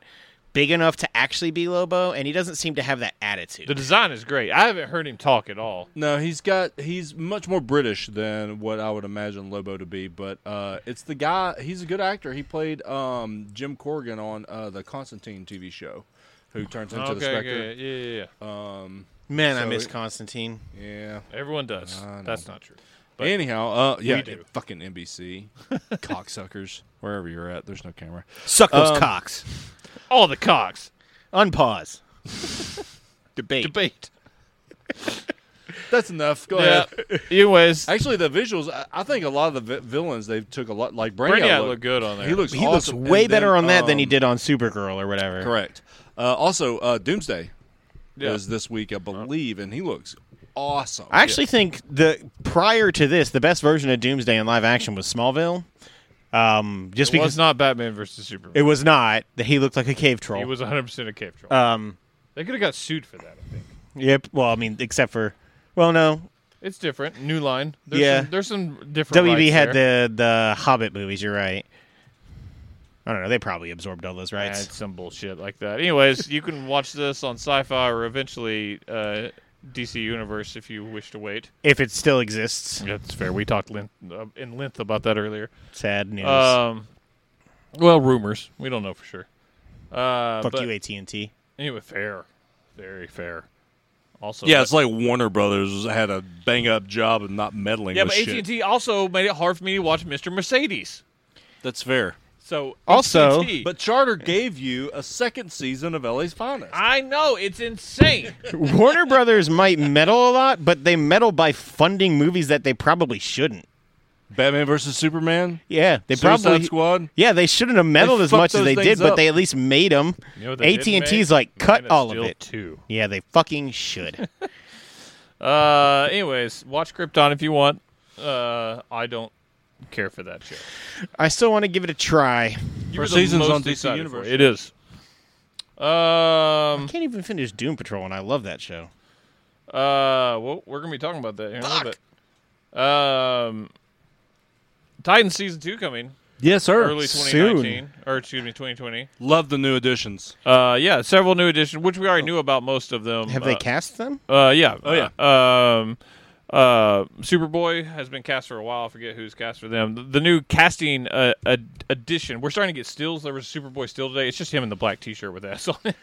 big enough to actually be Lobo, and he doesn't seem to have that attitude.
The design is great. I haven't heard him talk at all.
No, he's got he's much more British than what I would imagine Lobo to be, but uh, it's the guy. He's a good actor. He played um, Jim Corgan on uh, the Constantine TV show, who turns into the
okay,
Spectre.
okay, yeah, yeah, yeah.
Um,
Man, I
So
miss
it-
Constantine.
yeah.
Everyone does.
I
That's
know.
not true. But-
Anyhow, uh, yeah,
do.
fucking NBC, cocksuckers, wherever you're at. There's no camera.
Suck those
Um,
cocks.
All the cocks.
Unpause. Debate.
Debate.
That's enough. Go
Yeah.
ahead.
Anyways,
Actually, the visuals. I, I think a lot of the vi- villains they took a lot like Brainiac.
Brainiac
look-
looked good on there.
He looks.
he
awesome.
looks
And
way
then,
better on that than he
um,
did on Supergirl or whatever.
Correct. Uh, also, uh, Doomsday
Yeah.
was this week, I believe, and he looks awesome.
I actually think the prior to this, the best version of Doomsday in live action was Smallville. Um, just
it
because
was not Batman versus Superman.
it was not that he looked like a cave troll.
he was 100% a cave troll.
um,
they could have got sued for that, I think.
yep. Well, I mean, except for, well, no,
It's different. New line. There's
Yeah.
Some, there's some different
WB
rights
had
there.
the the Hobbit movies. You're right. I don't know. They probably absorbed all those
Add
rights.
some bullshit like that. Anyways, you can watch this on Sci-Fi or eventually uh, DC Universe if you wish to wait.
if it still exists,
That's fair. We talked length, uh, in length about that earlier.
sad news.
Um, well, rumors. We don't know for sure. Uh,
Fuck
but
you, AT and T.
Anyway, fair, very fair. Also,
yeah, it's like Warner Brothers had a bang up job of not meddling.
yeah,
with
but
shit.
AT and T also made it hard for me to watch Mister Mercedes.
That's fair.
So
Also-
AT&T
But Charter gave you a second season of LA's Finest.
I know it's insane.
Warner Brothers might meddle a lot, but they meddle by funding movies that they probably shouldn't.
Batman versus Superman,
Yeah, they
Suicide
probably.
Squad.
Yeah, they shouldn't have meddled
They
as much
fucked
as they
those
did,
things
but
up.
they at least made them.
You know what they
AT
didn't
and T's
make?
like cut
Man of
all of
Steel
it.
Two.
Yeah, they fucking should.
Uh, anyways, watch Krypton if you want. Uh, I don't care for that show.
I still want to give it a try.
You were the
season's
most
on DC
excited for
Universe.
it. It is. Um.
Can't even finish Doom Patrol, and I love that show.
Uh. Well, we're gonna be talking about that here in a little bit. Um. Titan season two coming
Yes, sir.
early 2019 or excuse me 2020.
Love the new additions.
Uh, yeah, several new additions, which we already knew about most of them.
Have
uh,
they cast them?
Uh, yeah. Oh
yeah.
Um, uh, Superboy has been cast for a while. I forget who's cast for them. The, the new casting uh, ad- addition. We're starting to get stills. There was a Superboy still today. It's just him in the black T-shirt with ass on it.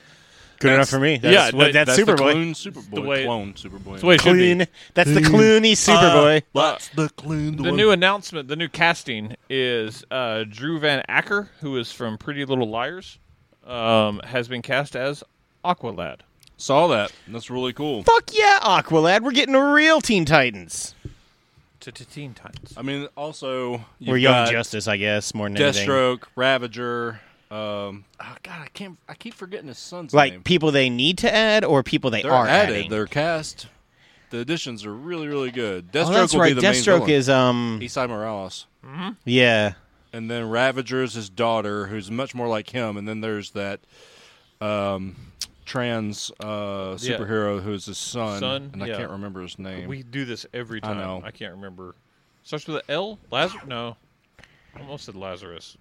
Good enough for me. That's
yeah,
what,
that-
that's,
That's the
Superboy.
clone Superboy.
the way-
clone Superboy.
That's the way it should be.
Clooney. That's the Clooney Superboy.
That's the clone.
The new announcement, the new casting is uh, Drew Van Acker, who is from Pretty Little Liars, um, has been cast as Aqualad.
saw that. That's really cool.
Fuck yeah, Aqualad. We're getting a real Teen Titans.
To to Teen Titans.
I mean, also you've
We're Young
got
Justice, I guess, more than anything.
Deathstroke, Ravager. Um, oh God, I can't. I keep forgetting his son's name.
Like people they need to add or people they
They're
are
added.
adding.
They're cast. The additions are really, really good. Deathstroke
oh, that's
will
right.
be the main
Deathstroke
villain.
is um
Isai Morales,
yeah.
and then Ravager's his daughter, who's much more like him. And then there's that um, trans uh,
Yeah.
superhero who's his son,
Son,
and I
yeah.
can't remember his name.
We do this every
I
time.
know.
can't remember. Starts with an L? Lazarus? No. Almost said Lazarus.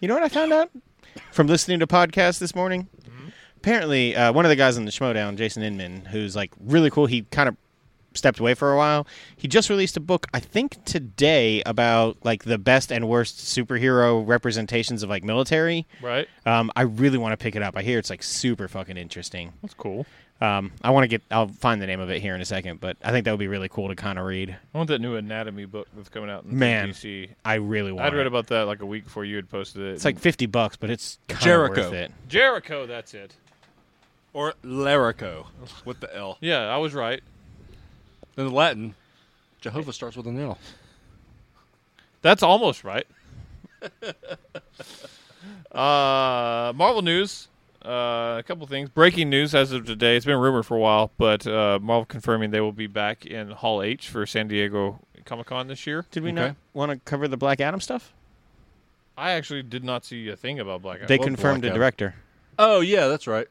You know what I found out from listening to podcasts this morning? Apparently, uh, one of the guys on the Schmodown, Jason Inman, who's like really cool. He kind of stepped away for a while. He just released a book, I think today, about like the best and worst superhero representations of like military.
Right?
Um, I really want to pick it up. I hear it's like super fucking interesting.
That's cool.
Um, I want to get. I'll find the name of it here in a second, but I think that would be really cool to kind of read.
I want that new anatomy book that's coming out in
Man.
DC.
I really want.
I'd read
it.
about that like a week before you had posted it.
It's like fifty bucks, but it's kind
Jericho.
of worth it.
Jericho, that's it.
or Lerico with the L.
Yeah, I was right.
In Latin, Jehovah starts with an L.
That's almost right. uh, Marvel news. Uh, a couple things. Breaking news as of today. It's been rumored for a while, but uh, Marvel confirming they will be back in Hall H for San Diego Comic Con this year.
Did we
Okay.
not want to cover the Black Adam stuff?
I actually did not see a thing about Black Adam.
They
love
confirmed
Black
a
Adam.
director.
Oh yeah, that's right.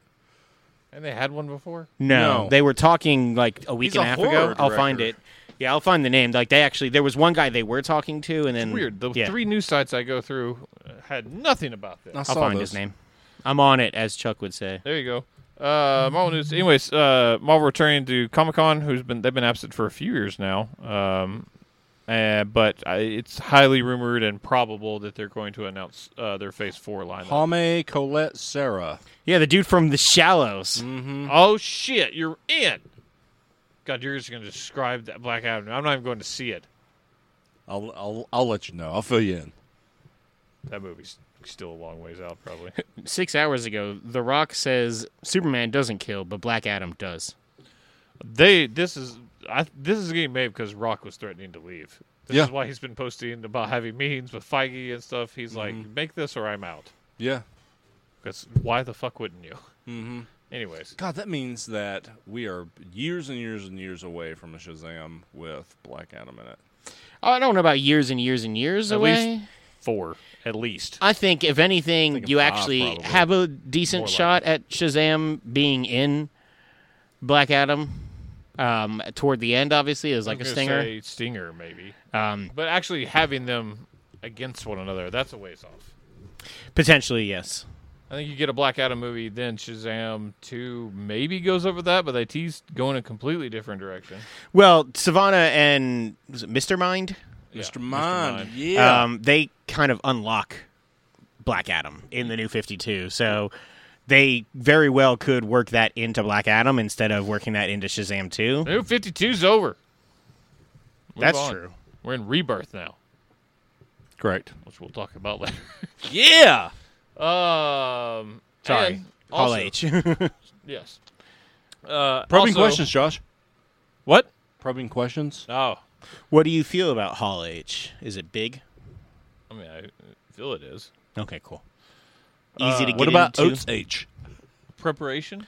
and they had one before.
No,
No.
they were talking like a week
He's
and
a
a half
horror
ago. I'll find it.
director.
Yeah, I'll find the name. Like they actually, there was one guy they were talking to, and then
Weird. The
yeah,
three news sites I go through uh, had nothing about this.
I
I'll
saw
find
those.
his name. I'm on it, as Chuck would say.
There you go. Uh, Marvel news. Anyways, uh, Marvel returning to Comic Con, who's been they've been absent for a few years now. Um, uh, but I, it's highly rumored and probable that they're going to announce uh, their Phase Four lineup.
Palme Colette Sarah.
Yeah, the dude from The Shallows.
Oh shit, you're in. God, you're just going to describe that Black Adam. I'm not even going to see it.
I'll, I'll I'll let you know. I'll fill you in.
That movie's still a long ways out, probably.
Six hours ago, The Rock says Superman doesn't kill, but Black Adam does.
they this is I, this is getting made because Rock was threatening to leave. This
Yeah.
is why he's been posting about having meetings with Feige and stuff. He's like, make this or I'm out.
Yeah.
Because why the fuck wouldn't you? Mm-hmm. Anyways,
God, that means that we are years and years and years away from a Shazam with Black Adam in it.
Oh, I don't know about years and years and years
At
away.
least- four at least.
I think if anything,
of
you
five,
actually
probably.
have a decent
More like-
shot at Shazam being in Black Adam. Um, toward the end, obviously, is like a
I'm gonna
stinger.
say stinger maybe,
um,
but actually having them against one another that's a ways off.
Potentially, yes.
I think you get a Black Adam movie, then Shazam two maybe goes over that, but they teased going a completely different direction.
Well, Savannah and was it Mr. Mind,
Yeah,
Mr. Mind.
Mind.
Yeah.
um, they kind of unlock Black Adam in the New Fifty Two. So they very well could work that into Black Adam instead of working that into Shazam Two.
New 52's over. Move
That's
on.
true.
We're in rebirth now,
Correct.
which we'll talk about later.
Yeah.
um,
Sorry,
and
Hall
also-
H.
Yes. Uh,
Probing
also-
questions, Josh.
What?
Probing questions.
Oh,
What do you feel about Hall H? Is it big?
I mean, I feel it is
Okay, cool. Easy to get
What about
into
Oats H?
preparation.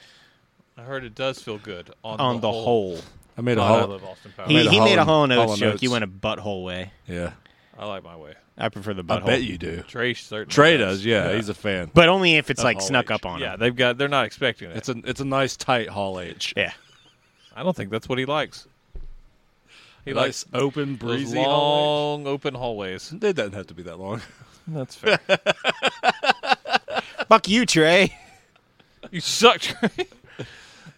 I heard it does feel good on,
on the whole.
I made a
God, I
whole.
love Austin Powers.
He,
a
he
Hall
made a
and-
whole
Hall
notes
and
joke.
Oates.
He went a butthole way.
Yeah.
I like my way.
I prefer the
I
butthole.
bet you do.
Trey certainly
Trey
does.
does. Yeah, he's a fan.
But only if it's like
Hall
snuck
H.
up on
Yeah,
him.
they've got. They're not expecting it.
It's a it's a nice tight Hall H.
Yeah.
I don't think that's what he likes. He likes
nice open
those
breezy Hall H.
long open hallways.
They doesn't have to be that long.
That's fair.
Fuck you, Trey.
You suck, Trey.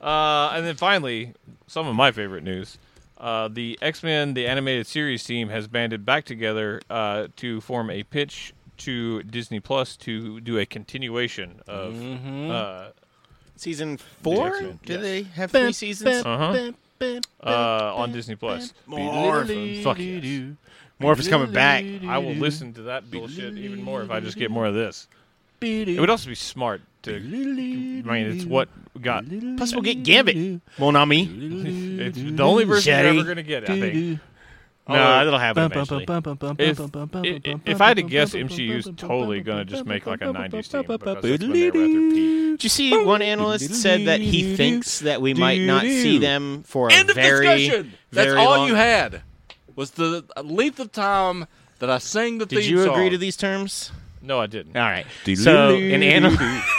Uh, and then finally, some of my favorite news. Uh, the X Men, the animated series team, has banded back together uh, to form a
Mm-hmm.
Mm-hmm. pitch to Disney Plus to do a continuation of uh,
Season four?
X-Men,
Do they have three seasons?
Uh-huh. Uh, on Disney Plus.
Morphin.
Fuck yes.
Morph is coming back.
I will listen to that bullshit even more if I just get more of this. It would also be smart to. I mean, it's what we got.
Plus, we'll get Gambit. Well, not me.
It's the only version you're
Shetty.
ever going to get, I think.
No,
Although,
that'll Oh, happen eventually.
If, i- if I had to guess, MCU's totally going to just make like a 90s team because that's when they were at their peak.
Did you see one analyst said that he thinks that we might not see them for a very,
That's
very
all
long-
you had. Was the length of time that I sang the theme
Did you
song.
agree to these terms?
No, I didn't.
All right. So an, anal-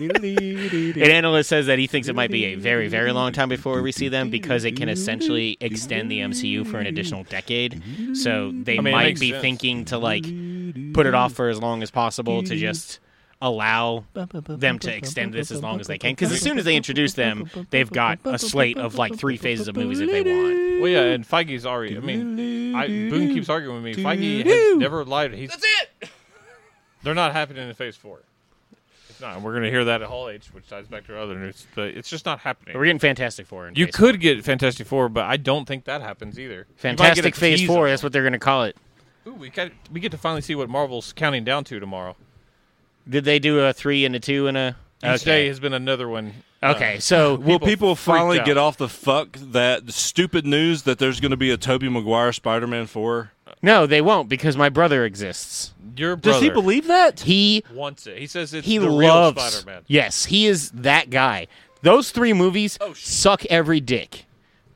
an analyst says that he thinks it might be a very, very long time before we see them because it can essentially extend the MCU for an additional decade. So they
mean, it
might
makes
be
sense.
thinking to like put it off for as long as possible to just allow them to extend this as long as they can. Because as soon as they introduce them, they've got a slate of like three phases of movies that they want.
Well, yeah, and Feige's already. I mean, I, Boone keeps arguing with me. Feige has never lied. He's, That's it. They're not happening in Phase Four. It's not. And we're going to hear that at Hall H, which ties back to our other news. But it's just not happening.
We're getting Fantastic Four. In
You
phase
could get Fantastic Four, but I don't think that happens either. You might get a
Fantastic Phase
teaser.
Four. That's what they're going to call it.
Ooh, we got we get to finally see what Marvel's counting down to tomorrow.
Did they do a three and a two and a?
Each day
Okay. Uh,
has been another one.
Okay. So
Will people,
freaked
finally
out.
get off the fuck that stupid news that there's going to be a Toby Maguire Spider-Man 4?
no, they won't because my brother exists.
Your brother
believe that?
He
wants it. He says it's
he
the
loves.
real Spider-Man.
Yes, he is that guy. Those three movies
Oh,
suck every dick.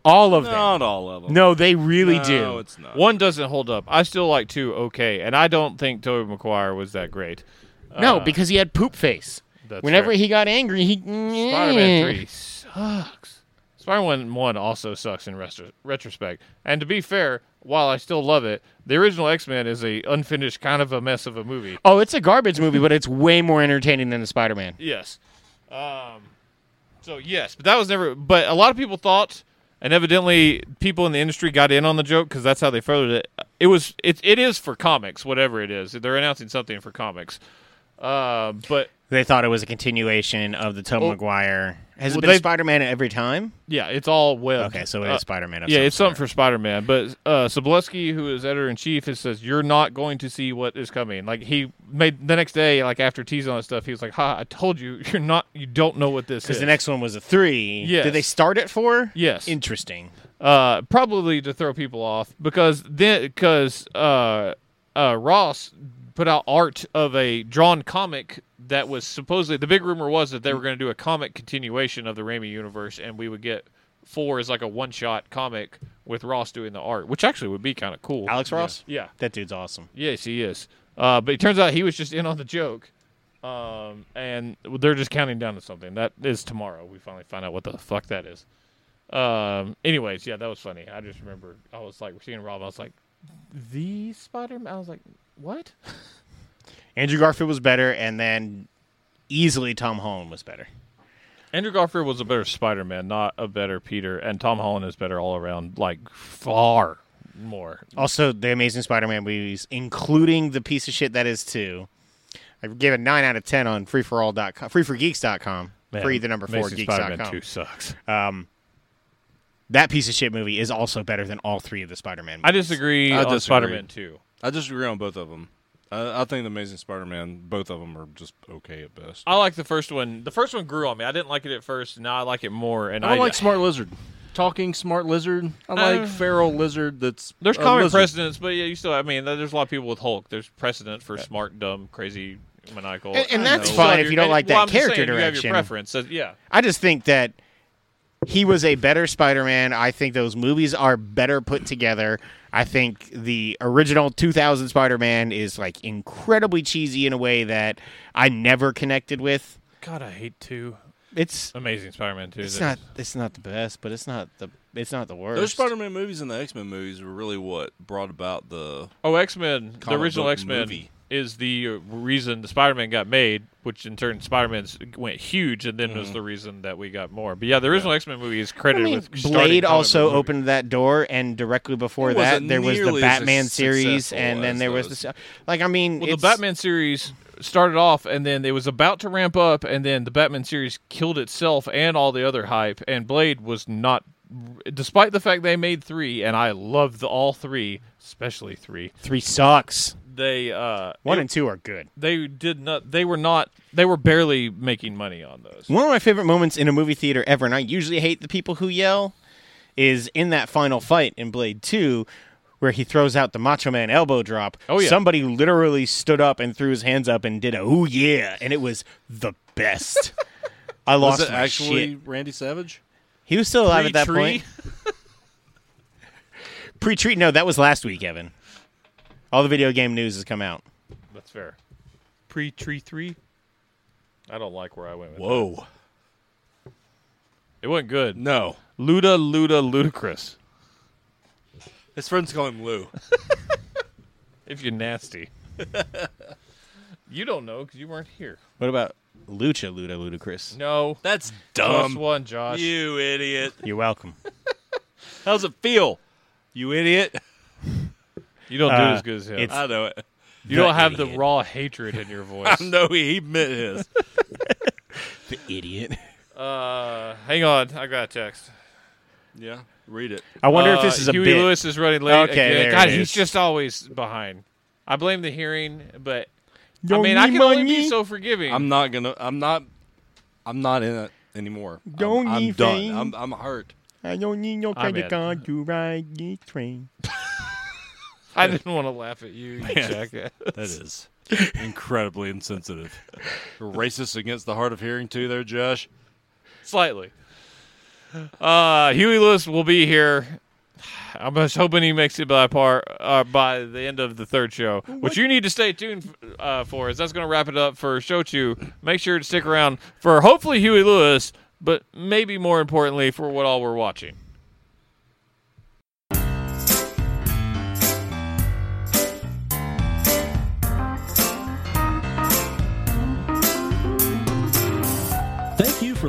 All of them.
Not all of them.
No, they really do.
No, it's not.
One doesn't hold up. I still like two okay, and I don't think Tobey Maguire was that great.
no, because he had poop face.
uh, That's
Whenever
right.
he got angry, he eh. Mm.
Spider-Man three sucks. Spider-Man one also sucks in retro- retrospect. And to be fair, while I still love it, the original X-Men is a unfinished kind of a mess of a movie.
Oh, it's a garbage movie, but it's way more entertaining than the Spider-Man.
Yes. Um, so yes, but that was never. But a lot of people thought, and evidently people in the industry got in on the joke because that's how they furthered it. It was it it is for comics, whatever it is. They're announcing something for comics. Uh, but
They thought it was a continuation of the Tobey
Well-
Maguire. Has
Well,
it been
they-
Spider-Man every time?
yeah, it's all web.
Okay, so it is
Uh,
Spider-Man. Of
Yeah,
some
it's something
sort.
for Spider Man. But uh, Sobolewski, who is editor in chief, has says you're not going to see what is coming. Like he made the next day, like after teasing on stuff, he was like, "Ha! I told you, you're not. You don't know what this is."
Because the next one was a three.
Yes.
Did they start at four?
Yes.
Interesting.
uh, probably to throw people off because then because uh, uh, Ross put out art of a drawn comic that was supposedly the big rumor was that they were going to do a comic continuation of the Raimi universe and we would get four as like a one shot comic with Ross doing the art, which actually would be kind of cool.
Alex Ross?
Yeah.
That dude's awesome.
Yes, he is. Uh, but it turns out he was just in on the joke. Um, and they're just counting down to something. That is tomorrow. We finally find out what the fuck that is. Um, anyways, yeah, that was funny. I just remember I was like seeing Rob. I was like, the Spider Man. I was like, what?
Andrew Garfield was better, and then easily Tom Holland was better.
Andrew Garfield was a better Spider Man, not a better Peter. And Tom Holland is better all around, like far more.
Also, the Amazing Spider-Man movies, including the piece of shit that is two. I gave a nine out of ten on freeforall.com, freeforgeeks.com, free the number 4
Spider Man Two
geeks.com.
sucks.
That piece of shit movie is also better than all three of the Spider-Man.
I disagree
I
on
disagree.
Spider Man Two.
I disagree on both of them. I, I think the Amazing Spider-Man, both of them are just okay at best.
I like the first one. The first one grew on me. I didn't like it at first. Now I like it more. And I,
I like Smart Lizard. Talking Smart Lizard. I like Feral Lizard that's
There's
a
common
uh, lizard.
precedents, but yeah, you still. I mean, there's a lot of people with Hulk. There's precedent for smart, dumb, crazy, maniacal,
And- and
I
that's
know.
fine
have
if
your-
you don't
and-
like that
well, I'm just
character
saying, You have
direction.
your preference. So, yeah,
I just think that he was a better Spider-Man. I think those movies are better put together. I think the original 2000 Spider-Man is like incredibly cheesy in a way that I never connected with.
God, I hate two.
It's
Amazing Spider-Man two.
it's not
That is-
it's not the best, but it's not the it's not the worst.
Those Spider-Man movies and the X-Men movies were really what brought about the
Oh, X Men. The
comic
original
book
X Men
movie.
is the reason the Spider-Man got made, which in turn Spider-Man's went huge, and then was the reason that we got more. But yeah, the original X-Men movie is
Mm-hmm. I
credited
mean,
with starting comic
Blade
book
also
movie.
opened that door, and directly before
It
that,
wasn't
there was the
nearly as
Batman series,
successful
and then
as
there was
those.
the like. I mean,
Well,
it's-
the Batman series started off, and then it was about to ramp up, and then the Batman series killed itself and all the other hype, and Blade was not. Despite the fact they made three, and I loved the, all three, especially three,
three sucks.
they uh,
One
it-
and two are good.
they did not. They were not. They were barely making money on those.
One of my favorite moments in a movie theater ever, and I usually hate the people who yell, is in that final fight in Blade 2 where he throws out the Macho Man elbow drop.
Oh, yeah.
Somebody literally stood up and threw his hands up and did a ooh yeah, and it was the best. I lost
Was it
my
actually
shit.
Randy Savage?
He was still alive at that
Pre-tree?
point. Pre-treat? No, that was last week, Evan. All the video game news has come out.
That's fair. Pre tree three. I don't like where I went. With that.
Whoa.
It wasn't good.
No.
Luda, Luda, ludicrous.
His friends call him Lou.
If you're nasty, you don't know because you weren't here.
What about Lucha Luda Ludacris?
No,
That's
plus
dumb.
one, Josh.
You idiot.
You're welcome.
How's it feel? You idiot.
You don't do
Uh,
it as good as him.
it's-
I know it.
you don't
the
have the
idiot.
raw hatred in your voice.
I know he, he meant his.
the idiot.
uh, hang on, I got a text.
yeah. Read it.
I wonder if
Uh,
this is a
Huey
bit.
Lewis is running late
Okay,
again.
there it
God,
is.
he's just always behind. I blame the hearing, but I
Don't
mean, I
need
can only be
money.
so forgiving.
I'm not gonna. I'm not. I'm not in it anymore. I'm-
Don't
I'm,
you
done.
think?
I'm, I'm hurt.
I don't need no
I'm in.
credit card to ride the train.
I didn't want to laugh at you, you jackass.
That is incredibly insensitive. You're racist against the hard of hearing too, there, Josh.
Slightly. Uh, Huey Lewis will be here. I'm just hoping he makes it by par uh, by the end of the third show. Which you need to stay tuned uh, for, as that's going to wrap it up for Show Two. Make sure to stick around for hopefully Huey Lewis, but maybe more importantly for what all we're watching.
Thank you for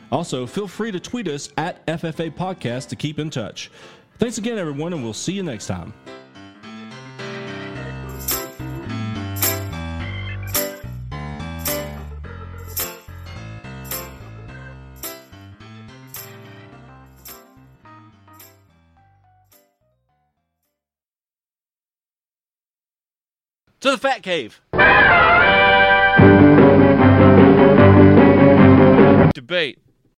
Also, feel free to tweet us at FFA Podcast to keep in touch. Thanks again, everyone, and we'll see you next time.
To the fat cave.